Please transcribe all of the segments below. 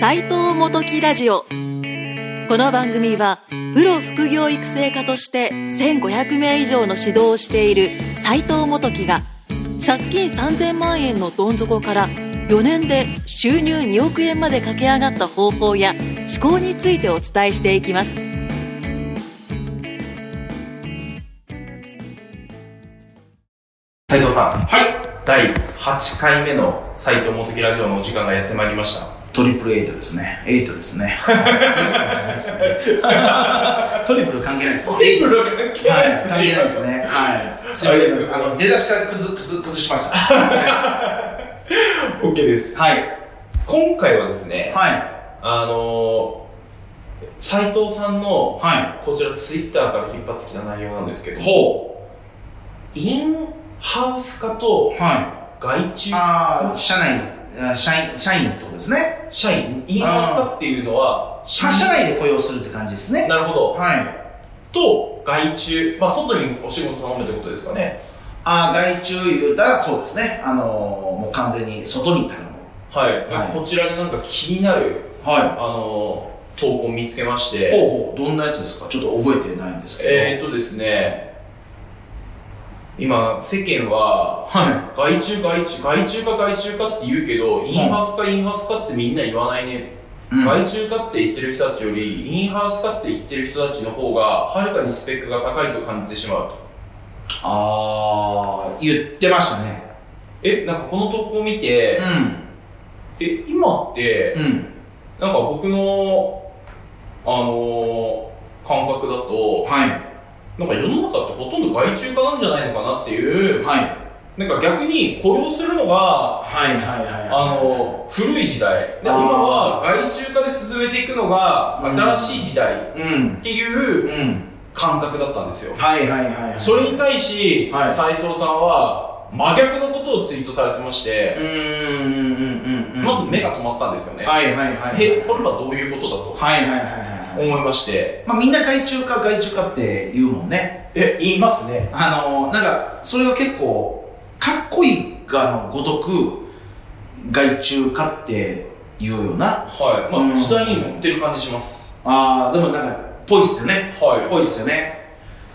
斉藤元木ラジオこの番組はプロ副業育成家として1500名以上の指導をしている斉藤元木が借金3000万円のどん底から4年で収入2億円まで駆け上がった方法や思考についてお伝えしていきます斉藤さん、はい。第8回目の斉藤元木ラジオのお時間がやってまいりました。トリプルエイトですね。エイトです ね。トリプル関係ないですね。トリ ブル関プル関係ないですね。関係ないですね。はい。すいません。あの、出だしから崩、崩、崩しました。は OK です。い。はい。今回はですね、はい。あのー、斉藤さんの、はこちらツイッターから引っ張ってきた内容なんですけどい。、ほインハウス化とう。は外い。注ああ、社内、あ社員、社員ってことですね。社員、インハウス化っていうのは、社社内で雇用するって感じですね。なるほど。はい。と、外注、まあ、外にお仕事頼むってことですかね。ああ、外注言うたらそうですね。あのー、もう完全に外に頼む。はい。はいこちらでなんか気になる、あはのー、投稿を見つけましいて、ほうほう。どんなやつですかちょっと覚えてないんですけど。えー、とですね、今、世間は、はい。外注、外注、外注か外注かって言うけど、インハウスかインハウスかってみんな言わないね。うん外注かって言ってる人たちより、インハウスかって言ってる人たちの方が、はるかにスペックが高いと感じてしまうと。ああ、言ってましたね。え、なんかこの投稿を見て、え、今って、うん。うん。なんか僕の、あのー感覚だと、はい。なんか世の中ってほとんど外注化なんじゃないのかなっていう、はい。なんか逆に雇用するのが、はいはいはい。あの、古い時代。で今あーは外注化で進めていくのがうん新しい時代っうん。ていううん。感覚だったんですよ。はいはいはい、はい。それに対し、はい斉藤さんは真逆のことをツイートされてましうて、ーんうんうんうん。まず目が止まったんですよね。はいはいはいはい。へ、これはどういうことだとはいはいはいはい。思いまして。まあみんな外注か外注かって言うもんね。え、言いますね。あの、なんか、それが結構、かっこいいがのごとく、外注かって言うよな。はい。うまあ、ん時代に乗ってる感じします。ああ、でもなんか、ぽいっすよね。っはぽいっすよね。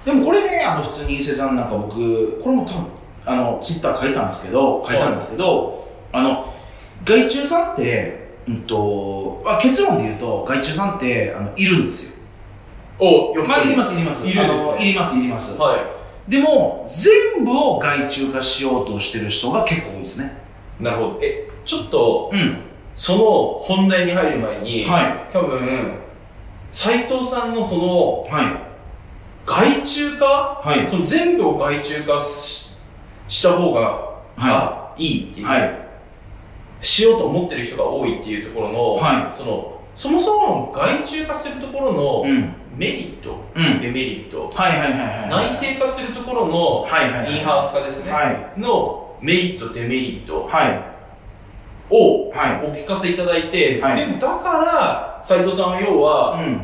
でもこれね、あの、普通に伊勢さんなんか僕、これも多分、あの、ツイッター書いたんですけど、書いたんですけど、あの、外注さんって、うんと、まあ、結論で言うと、外注さんって、あの、いるんですよ。い。お、よ。まあ、いりますす、いります。いるんですねあのいります、いります。はでも、全部を外注化しようとしてる人が結構多いですね。い。なるほど。え、ちょっと、うん。その本題に入る前に、は多分斉藤さんのそのい。はい。外注化はい。その全部を外注化しした方が、、はいいいってい。いう、はい。しようと思ってる人が多いっていうところの,、はそのそもそもの外注化するところうのん。メリット、うん。はいデメリットはいはいはい。内製化するところはいはのい。インハウス化ですね、はい。のメリットデメリットはい。をはお聞かせいただいて、はい。でもだから斉藤さんは要はいうん。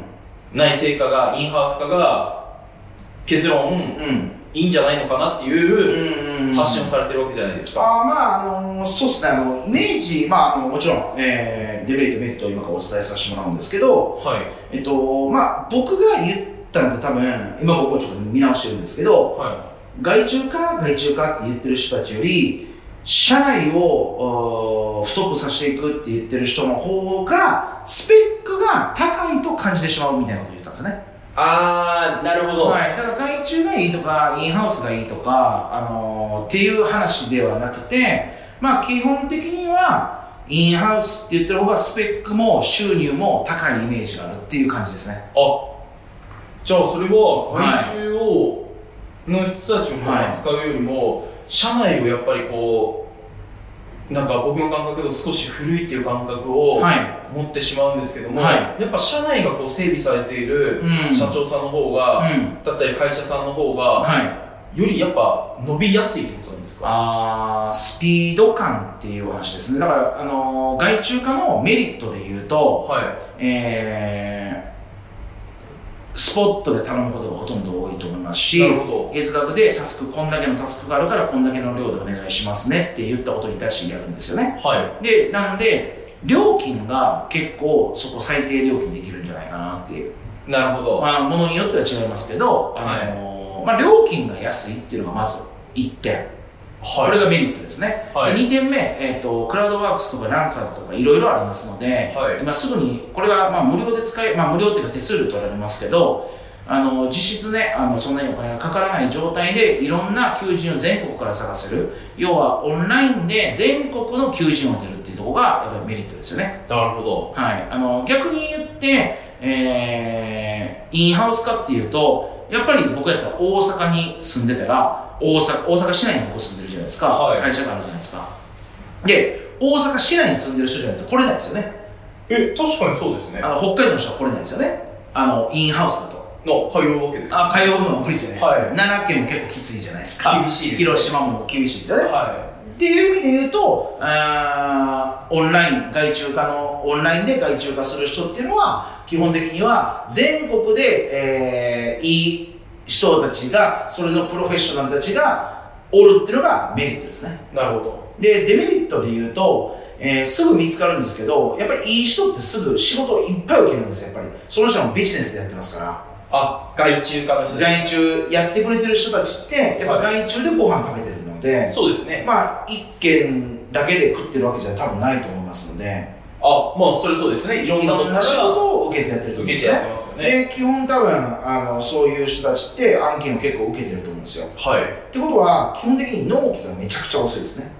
内製化がインハウス化が結論うんいいんじゃないのかなっていううん発信をされてるわけじゃないですか、あーまあ、あのそうですね、あのイメージ、まあ、あのもちろん、えーデメリット、メリットを今からお伝えさせてもらうんですけど、はいえっと、まあ、僕が言ったんで、多分、今僕もちょっと見直してるんですけど、は外注か、外注かって言ってる人たちより、社内をあー太くさせていくって言ってる人の方が、スペックが高いと感じてしまうみたいなことを言ったんですね。いああなるほど、はい、だから外注がいいとかインハウスがいいとか、あのーっていう話ではなくて、まあ、基本的にはインハウスって言ってる方がスペックも収入も高いイメージがあるっていう感じですねあじゃあそれははい外注を、の人たちを扱うよりも、社内をやっぱりこうなんか僕の感覚と少し古いっていう感覚をはい、持ってしまうんですけども、はやっぱ社内がこう整備されているうん社長さんの方が、うんだったり会社さんの方が、はい、よりやっぱ伸びやすいってことなんですかあースピード感っていうお話ですねだから、あのー外注化のメリットで言うと、はえースポットで頼むことがほとんど多いと思いますいしなるほ月額でタスクこんだけのタスクがあるからこんだけの量でお願いしますねって言ったことに対してやるんですよねどはいでなんで料金が結構そこ最低料金できるんじゃないかなっていう、なるほど。まあ、ものによっては違いますけど、あのまあ、料金が安いっていうのがまず1点これがメリットですね、はい2点目、えーと、クラウドワークスとかランサーズとかいろいろありますので、はい今すぐに、これがまあ無料で使え、まあ、無料っていうか手数料取られますけど、あの実質ねあの、そんなにお金がかからない状態で、いろんな求人を全国から探せる、要はオンラインで全国の求人を当てるっていうところがやっぱりメリットですよね。なるほど。はい、あの逆に言って、えーインハウス化っていうとやっぱり僕やったら大阪に住んでたら大阪大阪市内に僕住んでるじゃないですか、はい会社があるじゃないですかで大阪市内に住んでる人じゃないと来れないですよねえ、確かにそうですね。あの北海道の人は来れないですよねあのインハウスだとの、通うわけです。あ通うのは無理じゃないですか、はい奈良県も結構きついじゃないですか厳しいですね広島も厳しいですよねはっていう意味で言うと、あーオンライン、外注化の、オンラインで外注化する人っていうのは、基本的には全国で、えーいい人たちが、それのプロフェッショナルたちがおるっていうのがメリットですね。い。なるほど。で、デメリットで言うと、えーすぐ見つかるんですけど、やっぱりいい人ってすぐ仕事をいっぱい受けるんですよ、やっぱり。その人もビジネスでやってますから。あ、外注化の人外注やってくれてる人たちって、やっぱ外注でご飯食べてるので、そうですね。まあ、一軒だけで食ってるわけじゃ多分ないと思いますので、あ、まあ、それそうですね。いろいんなとろこかんな仕ら事を受けてやってると思うん受でけすてやっね。てますよね。で、基本多分あの、そういう人たちって案件を結構受けてると思うんですよ。はい。ってことは、基本的に納期がめちゃくちゃ遅いですね。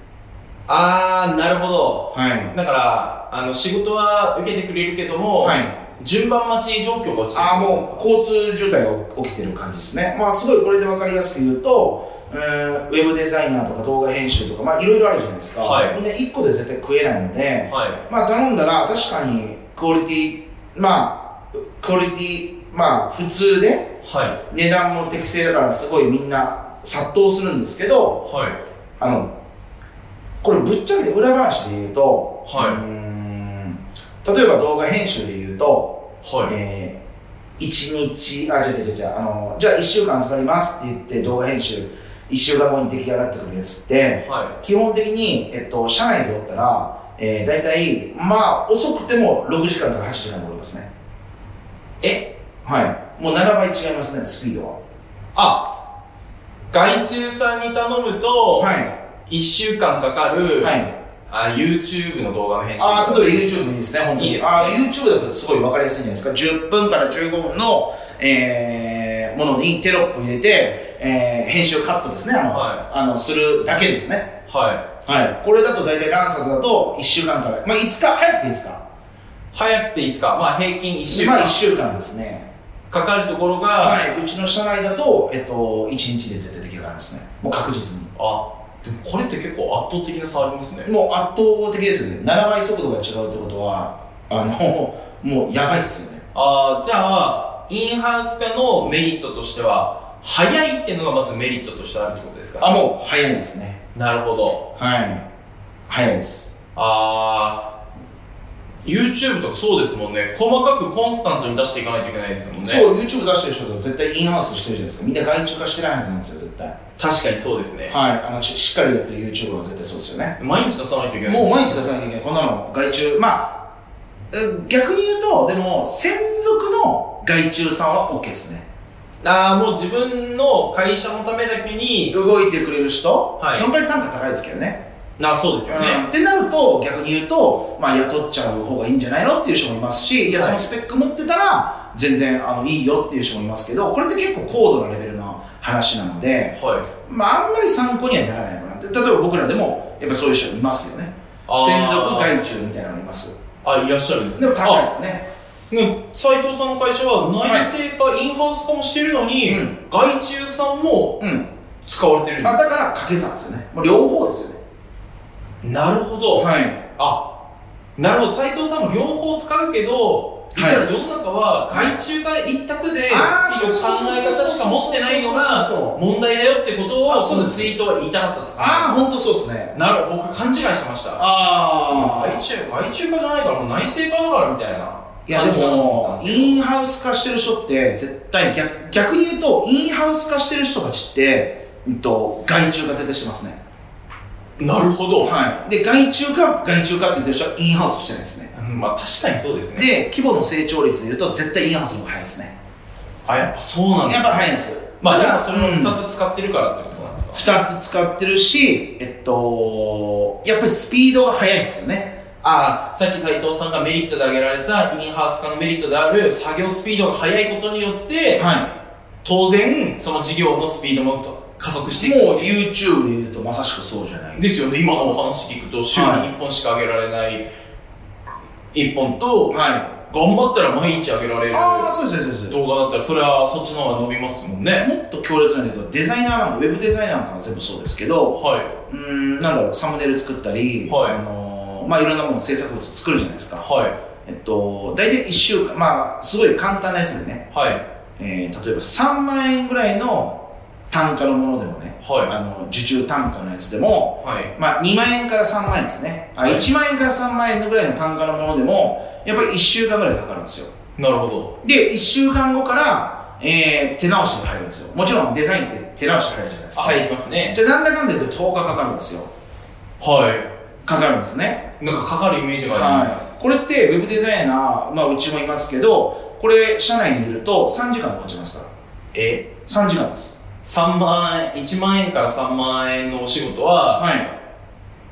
あー、なるほど。はい。だから、あの、仕事は受けてくれるけども、はい。順番待ち状況が落ちてるあーもう交通渋滞が起きてる感じですね。まあ、すごいこれで分かりやすく言うと、うーんウェブデザイナーとか動画編集とか、まあ、いろいろあるじゃないですか。はいで、1個で絶対食えないので、はまあ頼んだら確かにクオリティまあクオリティまあ普通でい。はい。値段も適正だからすごいみんな殺到するんですけどはい。あのこれぶっちゃけて裏話で言うと、はいうーん例えば動画編集で言うと、はい。えー、1日あ違う違う違う違うあのじゃあ1週間かかりますって言って動画編集1週間後に出来上がってくるやつって、は基本的に、えっと、社内でおったら、えー、大体、まあ、遅くても6時間から8時間でおりますね。い。えはい。もう7倍違いますね、スピードあ、外注さんに頼むと、は。はい。 1週間かかる、はい。あ YouTube の動画の編集ああ、例えば YouTube もいいですね、本当いいに。ですねああ、YouTube だとすごい分かりやすいんじゃないですか。10分から15分の、えー、ものにテロップ入れて、えー、編集カットですね、あの、はあのするだけですね。はいはい。これだと大体ランサーズだと1週間から、まあ、5日、早くて5日。早くて5日、まあ、平均1週まあ、1間週間ですね。かかるところが、はい、うちの社内だと、えっと、1日で絶対出来上がりますね。もう確実に。あでもこれって結構圧倒的な差ありますねもう圧倒的ですよね。7倍速度が違うってことは、あの、もうやばいっすよね。あーじゃあインハウス化のメリットとしては早いっていうのがまずメリットとしてあるってことですかあ、もう早いですね。なるほどはい。早いです。あー YouTube とかそうですもんね細かくコンスタントに出していかないといけないですもんねそう、YouTube 出してる人と絶対インハウスしてるじゃないですか。みんな外注化してないはずなんですよ、絶対。はい。確かにそうですねあの、ししっかりやってる YouTube は絶対そうですよね。毎日出さないといけないもう毎日出さなきゃいけない。こんなの、外注。まあ、うん逆に言うと、でも、専属の外注さんは OK ですね。ああもう自分の会社のためだけに動いてくれる人、はいそのくらい単価高いですけどね。なそうですよね、うんってなると、逆に言うと、まあ、雇っちゃう方がいいんじゃないのっていう人もいますし、いや、はいそのスペック持ってたら、全然あのいいよっていう人もいますけど、これって結構高度なレベルの話なので、はいまあ、あんまり参考にはならないかなって、例えば僕らでも、やっぱそういう人いますよね。あー専属外注みたいなのいます。あいらっしゃるんですねでも高いですね。あでも斉藤さんの会社は内製化、インハウス化もしてるのに、うん外注さんもうん。使われてるんでまあ、だから掛け算ですよね。もう両方ですよね。すなるほど、はい。あなるほど斉藤さんも両方使うけどいだから世の中は外注が一択で、あーその考え方しか持ってないのそうそうそうそうがそう問題だよってことをあこそうのですツイートは言いたかったとかああ、本当そうですね。なるほど僕勘違いしてましたあ外注外注化じゃないからもう内製化だからみたいないやでも、いインハウス化してる人って、絶対逆、逆に言うと、インハウス化してる人たちって、うんと、外注が絶対してますね。なるほど、はい、で外注か外注かって言ってる人はインハウスじゃないですねうんまあ確かにそうですねで規模の成長率でいうと絶対インハウスの方が早いですねあやっぱそうなんですやっねぱ早いんですよまあでたもだそれをうん2つ使ってるからってことなんですか、 2つ使ってるし、えっと、やっぱりスピードが速いですよね。ああさっき斉藤さんがメリットで挙げられたインハウス化のメリットである作業スピードが速いことによって、は当然その事業のスピードもと加速していくもう YouTube で言うとまさしくそうじゃないですよね今のお話聞くと週にはい1本しか上げられない1本と、は頑張ったら毎日上げられい。るああ、そうです、そうです。そうで動画だったらそれはそっちの方が伸びますもんねすもっと強烈なので言うと、デザイナーなんか、ウェブデザイナーなんかは全部そうですけど、はうーん、なんだろう、サムネイル作ったり、はいあのーまあ、いろんなもの制作物作るじゃないですいか。はえっと、大体1週間、まあ、すごい簡単なやつでね、いはいえー、例えば3万円ぐらいの単価のものでもね、はあの受注単価のやつでも、いはいまあ、2万円から3万円ですね。あ、1万円から3万円ぐらいの単価のものでも、やっぱり1週間ぐらいかかるんですよ。なるほどで、1週間後から、えー、手直しが入るんですよ。もちろんデザインって手直し入るじゃないですか。入りますねじゃあ、なんだかんだ言うと10日かかるんですよ。はかかるんですね。いなんかかかるイメージがありますはい。これって、ウェブデザイナー、まあ、うちもいますけど、これ、社内にいると3時間落ちますから。え3時間です。三万円1万円から3万円のお仕事ははい。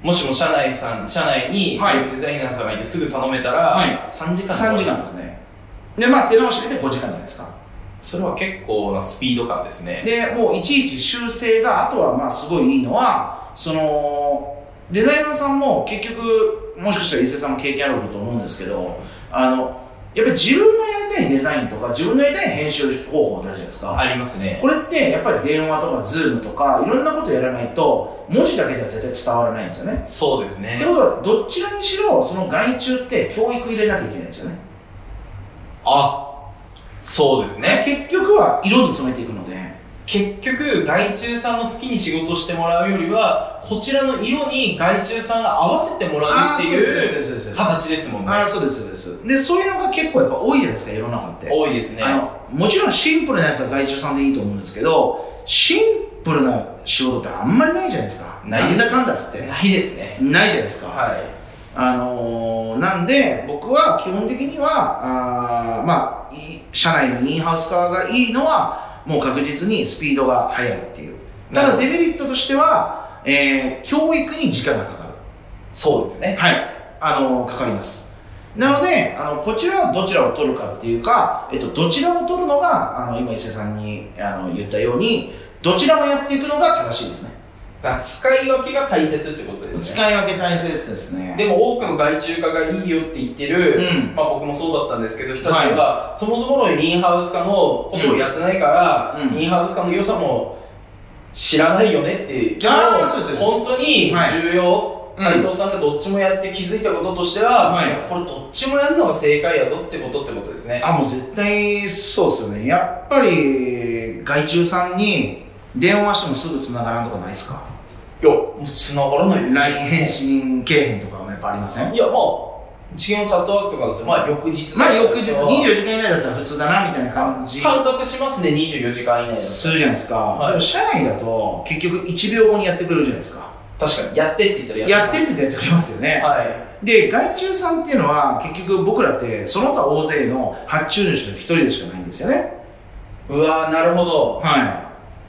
もしも社内さん社内にウはいェブデザイナーさんがいてすぐ頼めたら、はい3時間3時間ですね。で、まあ、手直し入れて5時間じゃないですか。それは結構なスピード感ですねでもういちいち修正があとはまあすごいいいのはそのデザイナーさんも結局もしかしたら伊勢さんも経験あることと思うんですけどあのやっぱり自分のやりたいデザインとか自分のやりたい編集方法ってあるじゃないですか、ありますねこれってやっぱり電話とかズームとかいろんなことやらないと文字だけでは絶対伝わらないんですよね、そうですってねことはどちらにしろその外注って教育入れなきゃいけないんですよねあそうですね結局は色に染めていくので結局外注さんの好きに仕事してもらうよりはこちらの色に外注さんが合わせてもらうっていううそうそう形ですもんああねそうですそうですでそういうのが結構やっぱ多いじゃないですか世の中って、多いですねあはのもちろんシンプルなやつは外注さんでいいと思うんですけどシンプルな仕事ってあんまりないじゃないですかないんですだかんだっつってないですねないじゃないですか、はいあのーなんで僕は基本的にはあーまあい社内のインハウス化がいいのはもう確実にスピードが速いっていうただデメリットとしては、えー教育に時間がかかるそうですねはい、あのかかります。なので、あのこちらはどちらを取るかっていうか、えっと、どちらを取るのが、あの今、伊勢さんにあの言ったように、どちらもやっていくのが正しいですね。だから使い分けが大切ってことですね使い分け大切ですね。でも多くの外注化がいいよって言ってうる、ん、まあ僕もそうだったんですけど人たちはそもそものインハウス化のことをやってないから、うんインハウス化の良さも知らないよねってけどあーそうですそうです本当に重要、はい斉藤さんがどっちもやって気づいたこととしては、はいこれどっちもやるのが正解やぞってことってことですねあもう絶対そうですよね。やっぱり、外注さんに電話してもすぐ繋がらんとかないですかいやもう繋がらないです ?LINE 返信けえへんとかもやっぱありませんいやまあ一元チャットワークとかだとまあ翌日まあ、翌日24時間以内だったら普通だな、みたいな感じ。感覚しますね24時間以内だとするじゃないですか、はいでも社内だと結局1秒後にやってくれるじゃないですか確かにやってって言ったらやってっってやってくれますよね、はいで外注さんっていうのは結局僕らってその他大勢の発注主の一人でしかないんですよねうわーなるほどはい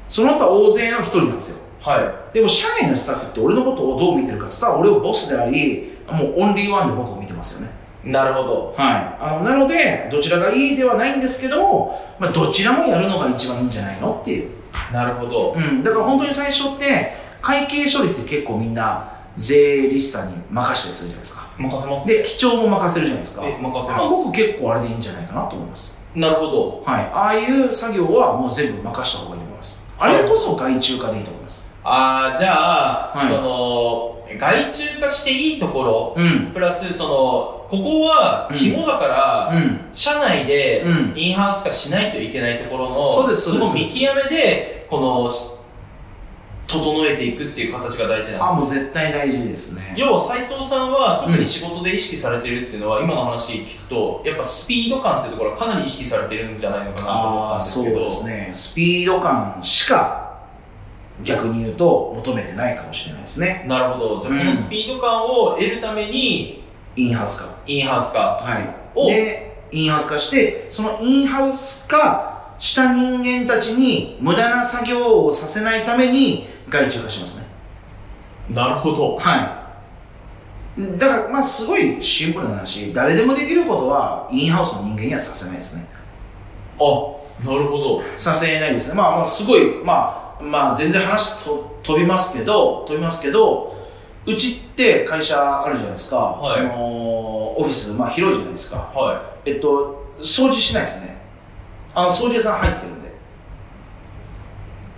その他大勢の一人なんですよはでも社内のスタッフって俺のことをどう見てるかっつったら俺をボスでありもうオンリーワンで僕を見てますよねいなるほどはいあのなのでどちらがいいではないんですけども、まあ、どちらもやるのが一番いいんじゃないのっていうなるほどうん、だから本当に最初って会計処理って結構みんな税理士さんに任せたりするじゃないですか任せますで基調も任せるじゃないですかえ任せあま僕結構あれでいいんじゃないかなと思いますすなるほどはいああいう作業はもう全部任した方がいいと思いますあれこそ外注化でいいと思いますああじゃあ、はいその外注化していいとこうんろプラスそのここはうん肝だから、うん社内でうんインハウス化しないといけないところの、そうですそうですこの見極めでこのし整えていくっていう形が大事あなんですもう絶対大事ですね要は斉藤さんは特に仕事で意識されてるっていうのは、今の話聞くとやっぱスピード感ってところはかなり意識されてるんじゃないのかなと思ったあんあですそうけどですねスピード感しか逆に言うと求めてないかもしれないですね。なるほど。じゃあ、このスピード感を得るために、インハウス化。インハウスか。はい、をでインハウス化してそのインハウス化した人間たちに無駄な作業をさせないために外注化しますねなるほど。はいだからまあすごいシンプルな話誰でもできることはインハウスの人間にはさせないですねあ、なるほど。させないですねまあまあすごいまあまあ全然話と飛びますけど飛びますけどうちって会社あるじゃないですか、はいあのーオフィス、まあ、広いじゃないですかはえっと、掃除しないですね。あの、掃除屋さん入ってるんで。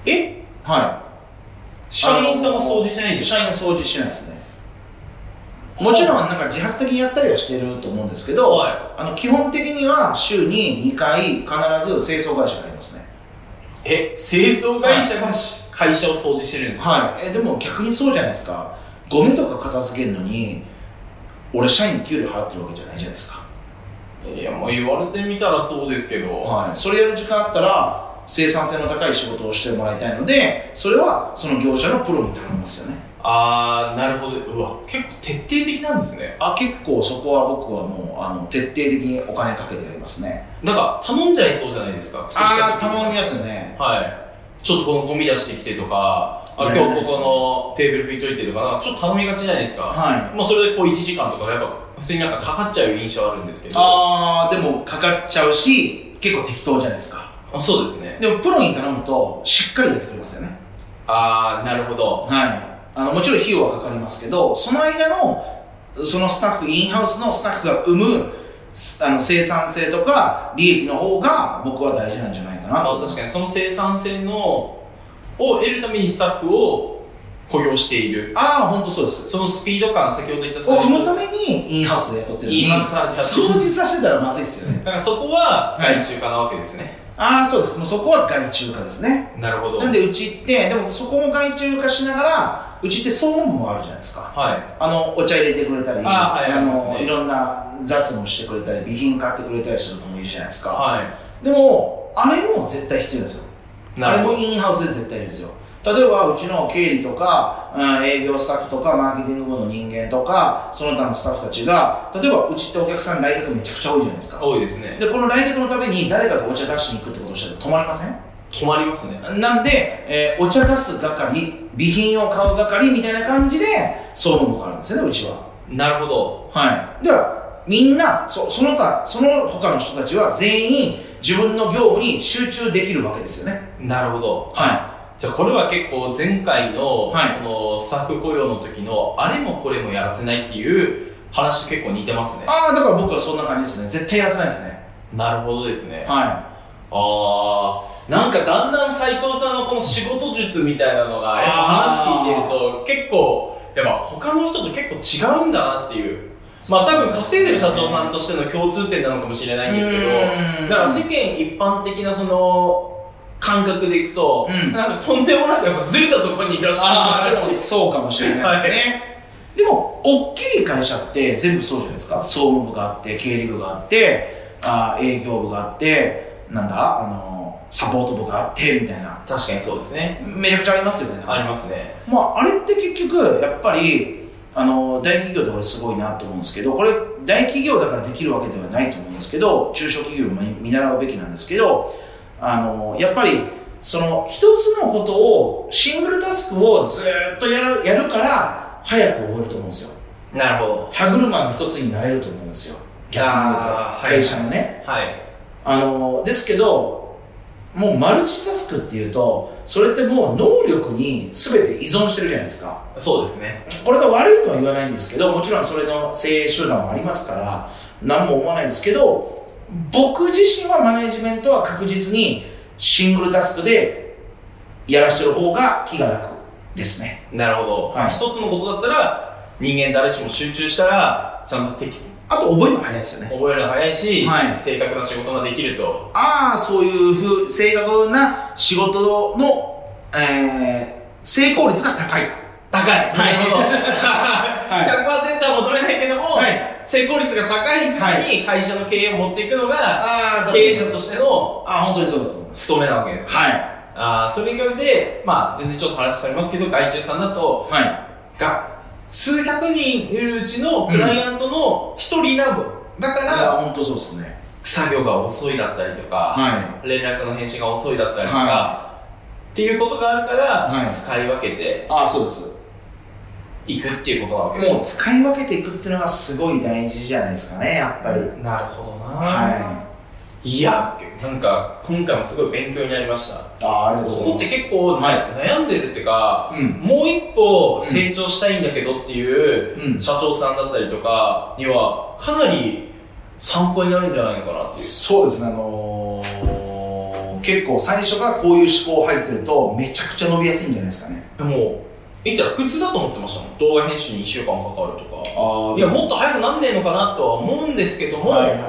い。えは社員さんも掃除しないんい。です社員掃除しないですね。もちろん、なんか自発的にやったりはしてると思うんですけど、はあの基本的には週に2回必ず清掃会社がありますね。え、清掃会社がし会社を掃除してるんですかはい。え、でも逆にそうじゃないですか。ゴミとか片付けるのに、俺社員に給料払ってるわけじゃないじゃないですか。いや、まあ言われてみたらそうですけど。はい、それやる時間あったら生産性の高い仕事をしてもらいたいのでそれはその業者のプロに頼みますよねあー、なるほど。うわ、結構徹底的なんですね。あ結構そこは僕はもうあの徹底的にお金かけてやりますねなんか、頼んじゃいそうじゃないですか。ああ頼みやますよねはい。ちょっとこのゴミ出してきてとか、あ、いや今日ここのテーブル拭いといてとか、なんかちょっと頼みがちじゃないですか。はいまあそれでこう1時間とか、やっぱ普通になんかかかっちゃう印象あるんですけど。ああでもかかっちゃうし結構適当じゃないですかあそうですね。でもプロに頼むとしっかりやってくれますよねあー、なるほど。はいあのもちろん費用はかかりますけどその間のそのスタッフインハウスのスタッフが生むすあの生産性とか利益の方が僕は大事なんじゃないかなまとあ思い確まかにすその生産性の、を得るためにスタッフを雇用している。ああ本当そうですそのスピード感、先ほど言ったスをピ生むーたドめにインハウスで雇ってるのにインハウスで雇掃除させてたらまずいですよねだからそこははい外注化なわけですね。ああそうですもうそこは外注化ですねなるほど。なんでうちってでもそこも外注化しながらうちって総務部もあるじゃないですかはい。あのお茶入れてくれたりあはいありますのねいろんな雑務してくれたり備品買ってくれたりするのもいるじゃないですか、はでもあれも絶対必要ですよい。あなれるほもど。インハウスで絶対いるんですよ例えばうちの経理とか、うん営業スタッフとかマーケティング部の人間とかその他のスタッフたちが例えばうちってお客さん来客めちゃくちゃ多いじゃないですか多いですね。でこの来客のために誰かがお茶出しに行くってことをしたら止まりません止まりますね。なんで、えーお茶出す係、備品を買う係みたいな感じで、総務部があるんですよね、うちは。なるほど。はい。では、みんな、そその他、その他の人たちは全員、自分の業務に集中できるわけですよね。なるほど。はじゃあこれは結構前回の,、はいそのスタッフ雇用の時のあれもこれもやらせないっていう話と結構似てますい。ねああ、だから僕はそんな感じですね。絶対やらせないですね。なるほどですねはあーなんかだんだん斉藤さんのこの仕事術みたいなのがやっぱ話聞いてると結構やっぱ他の人と結構違うんだなっていうまあ多分稼いでる社長さんとしての共通点なのかもしれないんですけどうんだから世間一般的なその感覚でいくと、うんなんかとんでもなくやっぱずれたところにいらっしゃああ、るでなってもそうかもしれないですね。でも、大きい会社って全部そうじゃないですか。総務部があって、経理部があって、あー営業部があって、なんだ、あのーサポート部があって、みたいな。確かにそうですねめちゃくちゃありますよね。ありますねまあ、あれって結局、やっぱり、あのー大企業で俺すごいなと思うんですけど、これ、大企業だからできるわけではないと思うんですけど、中小企業も見習うべきなんですけど、あのーやっぱり、その一つのことを、シングルタスクをずーっとやるやるから、早く覚えると思うんですよ。なるほど歯車の一つになれると思うんですよ。逆に言うとあーはい会社のね。はいあのですけどもうマルチタスクっていうとそれってもう能力に全て依存してるじゃないですかそうですねこれが悪いとは言わないんですけどもちろんそれの精鋭集団はありますから何も思わないですけど僕自身はマネジメントは確実にシングルタスクでやらしてる方が気が楽ですねなるほど、はい一つのことだったら人間誰しも集中したらちゃんと適あと覚えるの早いですよね覚えるの早いし、はい正確な仕事ができるとああそういうふう正確な仕事の、えー成功率が高い高いはいなるほど、100%は 求めないけども、はい成功率が高いふうに会社の経営を持っていくのが、あー経営者としてのあ、本当にそうだと思います。務めなわけですはい。あーそれに比べて、まあ、全然ちょっと話しちゃいますけど、外注さんだと、はい。が数百人いるうちのクライアントの一人なの、だかだから、ら、本当そうですね。作業が遅いだったりとか、は連絡の返信が遅いだったい。りとか、はっていうことがあるから、はい使い分けてい。ああ、そうです。いくっていうことなわけもう使い分けていくっていうのがすごい大事じゃないですかね、やっぱり。なるほどな、、はいやなんか今回もすごい勉強になりましたい。ああ、ありがとうこございこっまてす。結構、ねは悩んでるっていうか、うんもう一歩成長したいんだけどっていううん。社長さんだったりとかにはかなり参考になるんじゃないのかなっていうそうですね、あのー結構最初からこういう思考入ってると、めちゃくちゃ伸びやすいんじゃないですかね。でも見たら苦痛だと思ってましたもん動画編集に1週間かかるとかあいやもっと早くなんねえのかなとは思うんですけども、はいはいは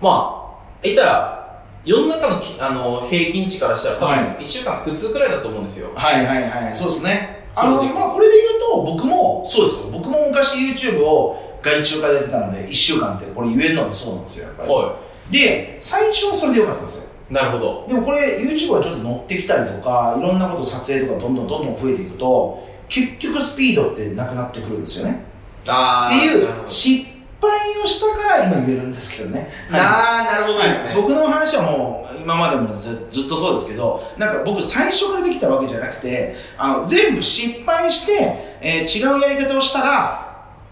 まあ、言ったら、世の中のきあの平均値からしたら、多分は1週間普通くらいだと思うんですよ。い。はいはいはい、そうですね。そうあの、でまあ、これで言うと、僕も、そうですよ。僕も昔 YouTube を外注化でやってたので、1週間って、これ言えるのもそうなんですよ、やっぱり。はで、最初はそれでよかったんですよ。い。なるほど。でもこれ YouTube がちょっと乗ってきたりとかいろんなこと撮影とかどんどんどんどん増えていくと結局スピードってなくなってくるんですよねあっていう失敗をしたから今言えるんですけどね、あー、なるほどですはいね。僕の話はもう今までもずずっとそうですけどなんか僕最初からできたわけじゃなくてあの全部失敗して、えー違うやり方をしたら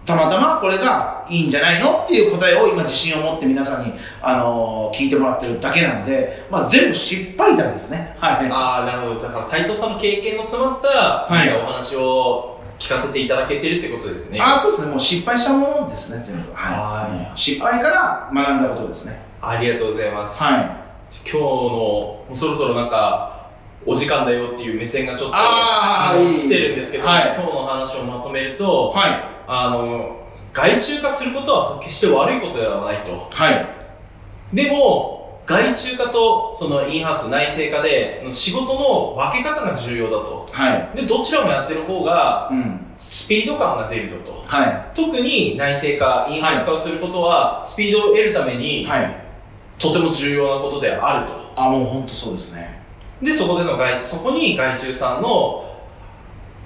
たまたまこれがいいんじゃないのっていう答えを今自信を持って皆さんに、あのー聞いてもらってるだけなので、まあ、全部失敗談ですねはいあー、なるほど。だから、斉藤さんの経験の詰まった、はいお話を聞かせていただけてるってことですね。あそうですねもう失敗したものですね全部ははい失敗から学んだことですねありがとうございます。はい今日の、もうそろそろなんか、お時間だよっていう目線がちょっとあーのいい来てるんですけど、はい今日の話をまとめると、はいあの、外注化することは決して悪いことではないと。はいでも、外注化とそのインハウス内製化で、仕事の分け方が重要だと。はいで、どちらもやってる方が、うんスピード感が出るぞと。は特に内製化、インハウス化をすることは、スピードを得るためいに、はいとても重要なことであると。あもう本当そうですねで、そこでの外注、そこに外注さんの、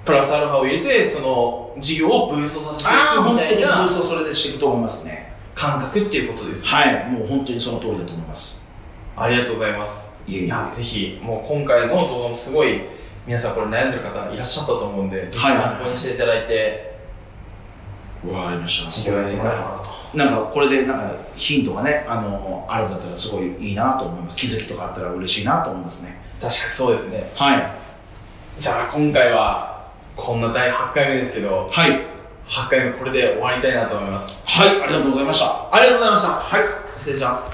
プラスアルファを入れて、その、事業をブーストさせてああいく本み当たにいブなーストそれでしていくと思いますね感覚っていうことですね。はいもう本当にその通りだと思いますありがとうございます。いえいいえや、ぜひ、もう今回の動画もすごい、皆さんこれ悩んでる方いらっしゃったと思うんで、ぜひ参考にしていただいて、わかりまし授た業やってもらえれこればなと。なんかこれでなんかヒントがねあのあるんだったらすごいいいなと思います気づきとかあったら嬉しいなと思いますね確かにそうですね。はいじゃあ今回は、こんな第8回目ですけど、はい8回目これで終わりたいなと思います。はいありがとうございましたありがとうございました。はい失礼します。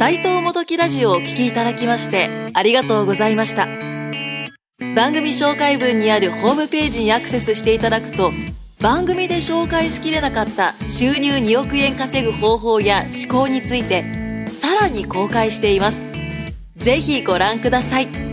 斉藤元木ラジオをお聞きいただきましてありがとうございました番組紹介文にあるホームページにアクセスしていただくと番組で紹介しきれなかった収入2億円稼ぐ方法や思考についてさらに公開していますぜひご覧ください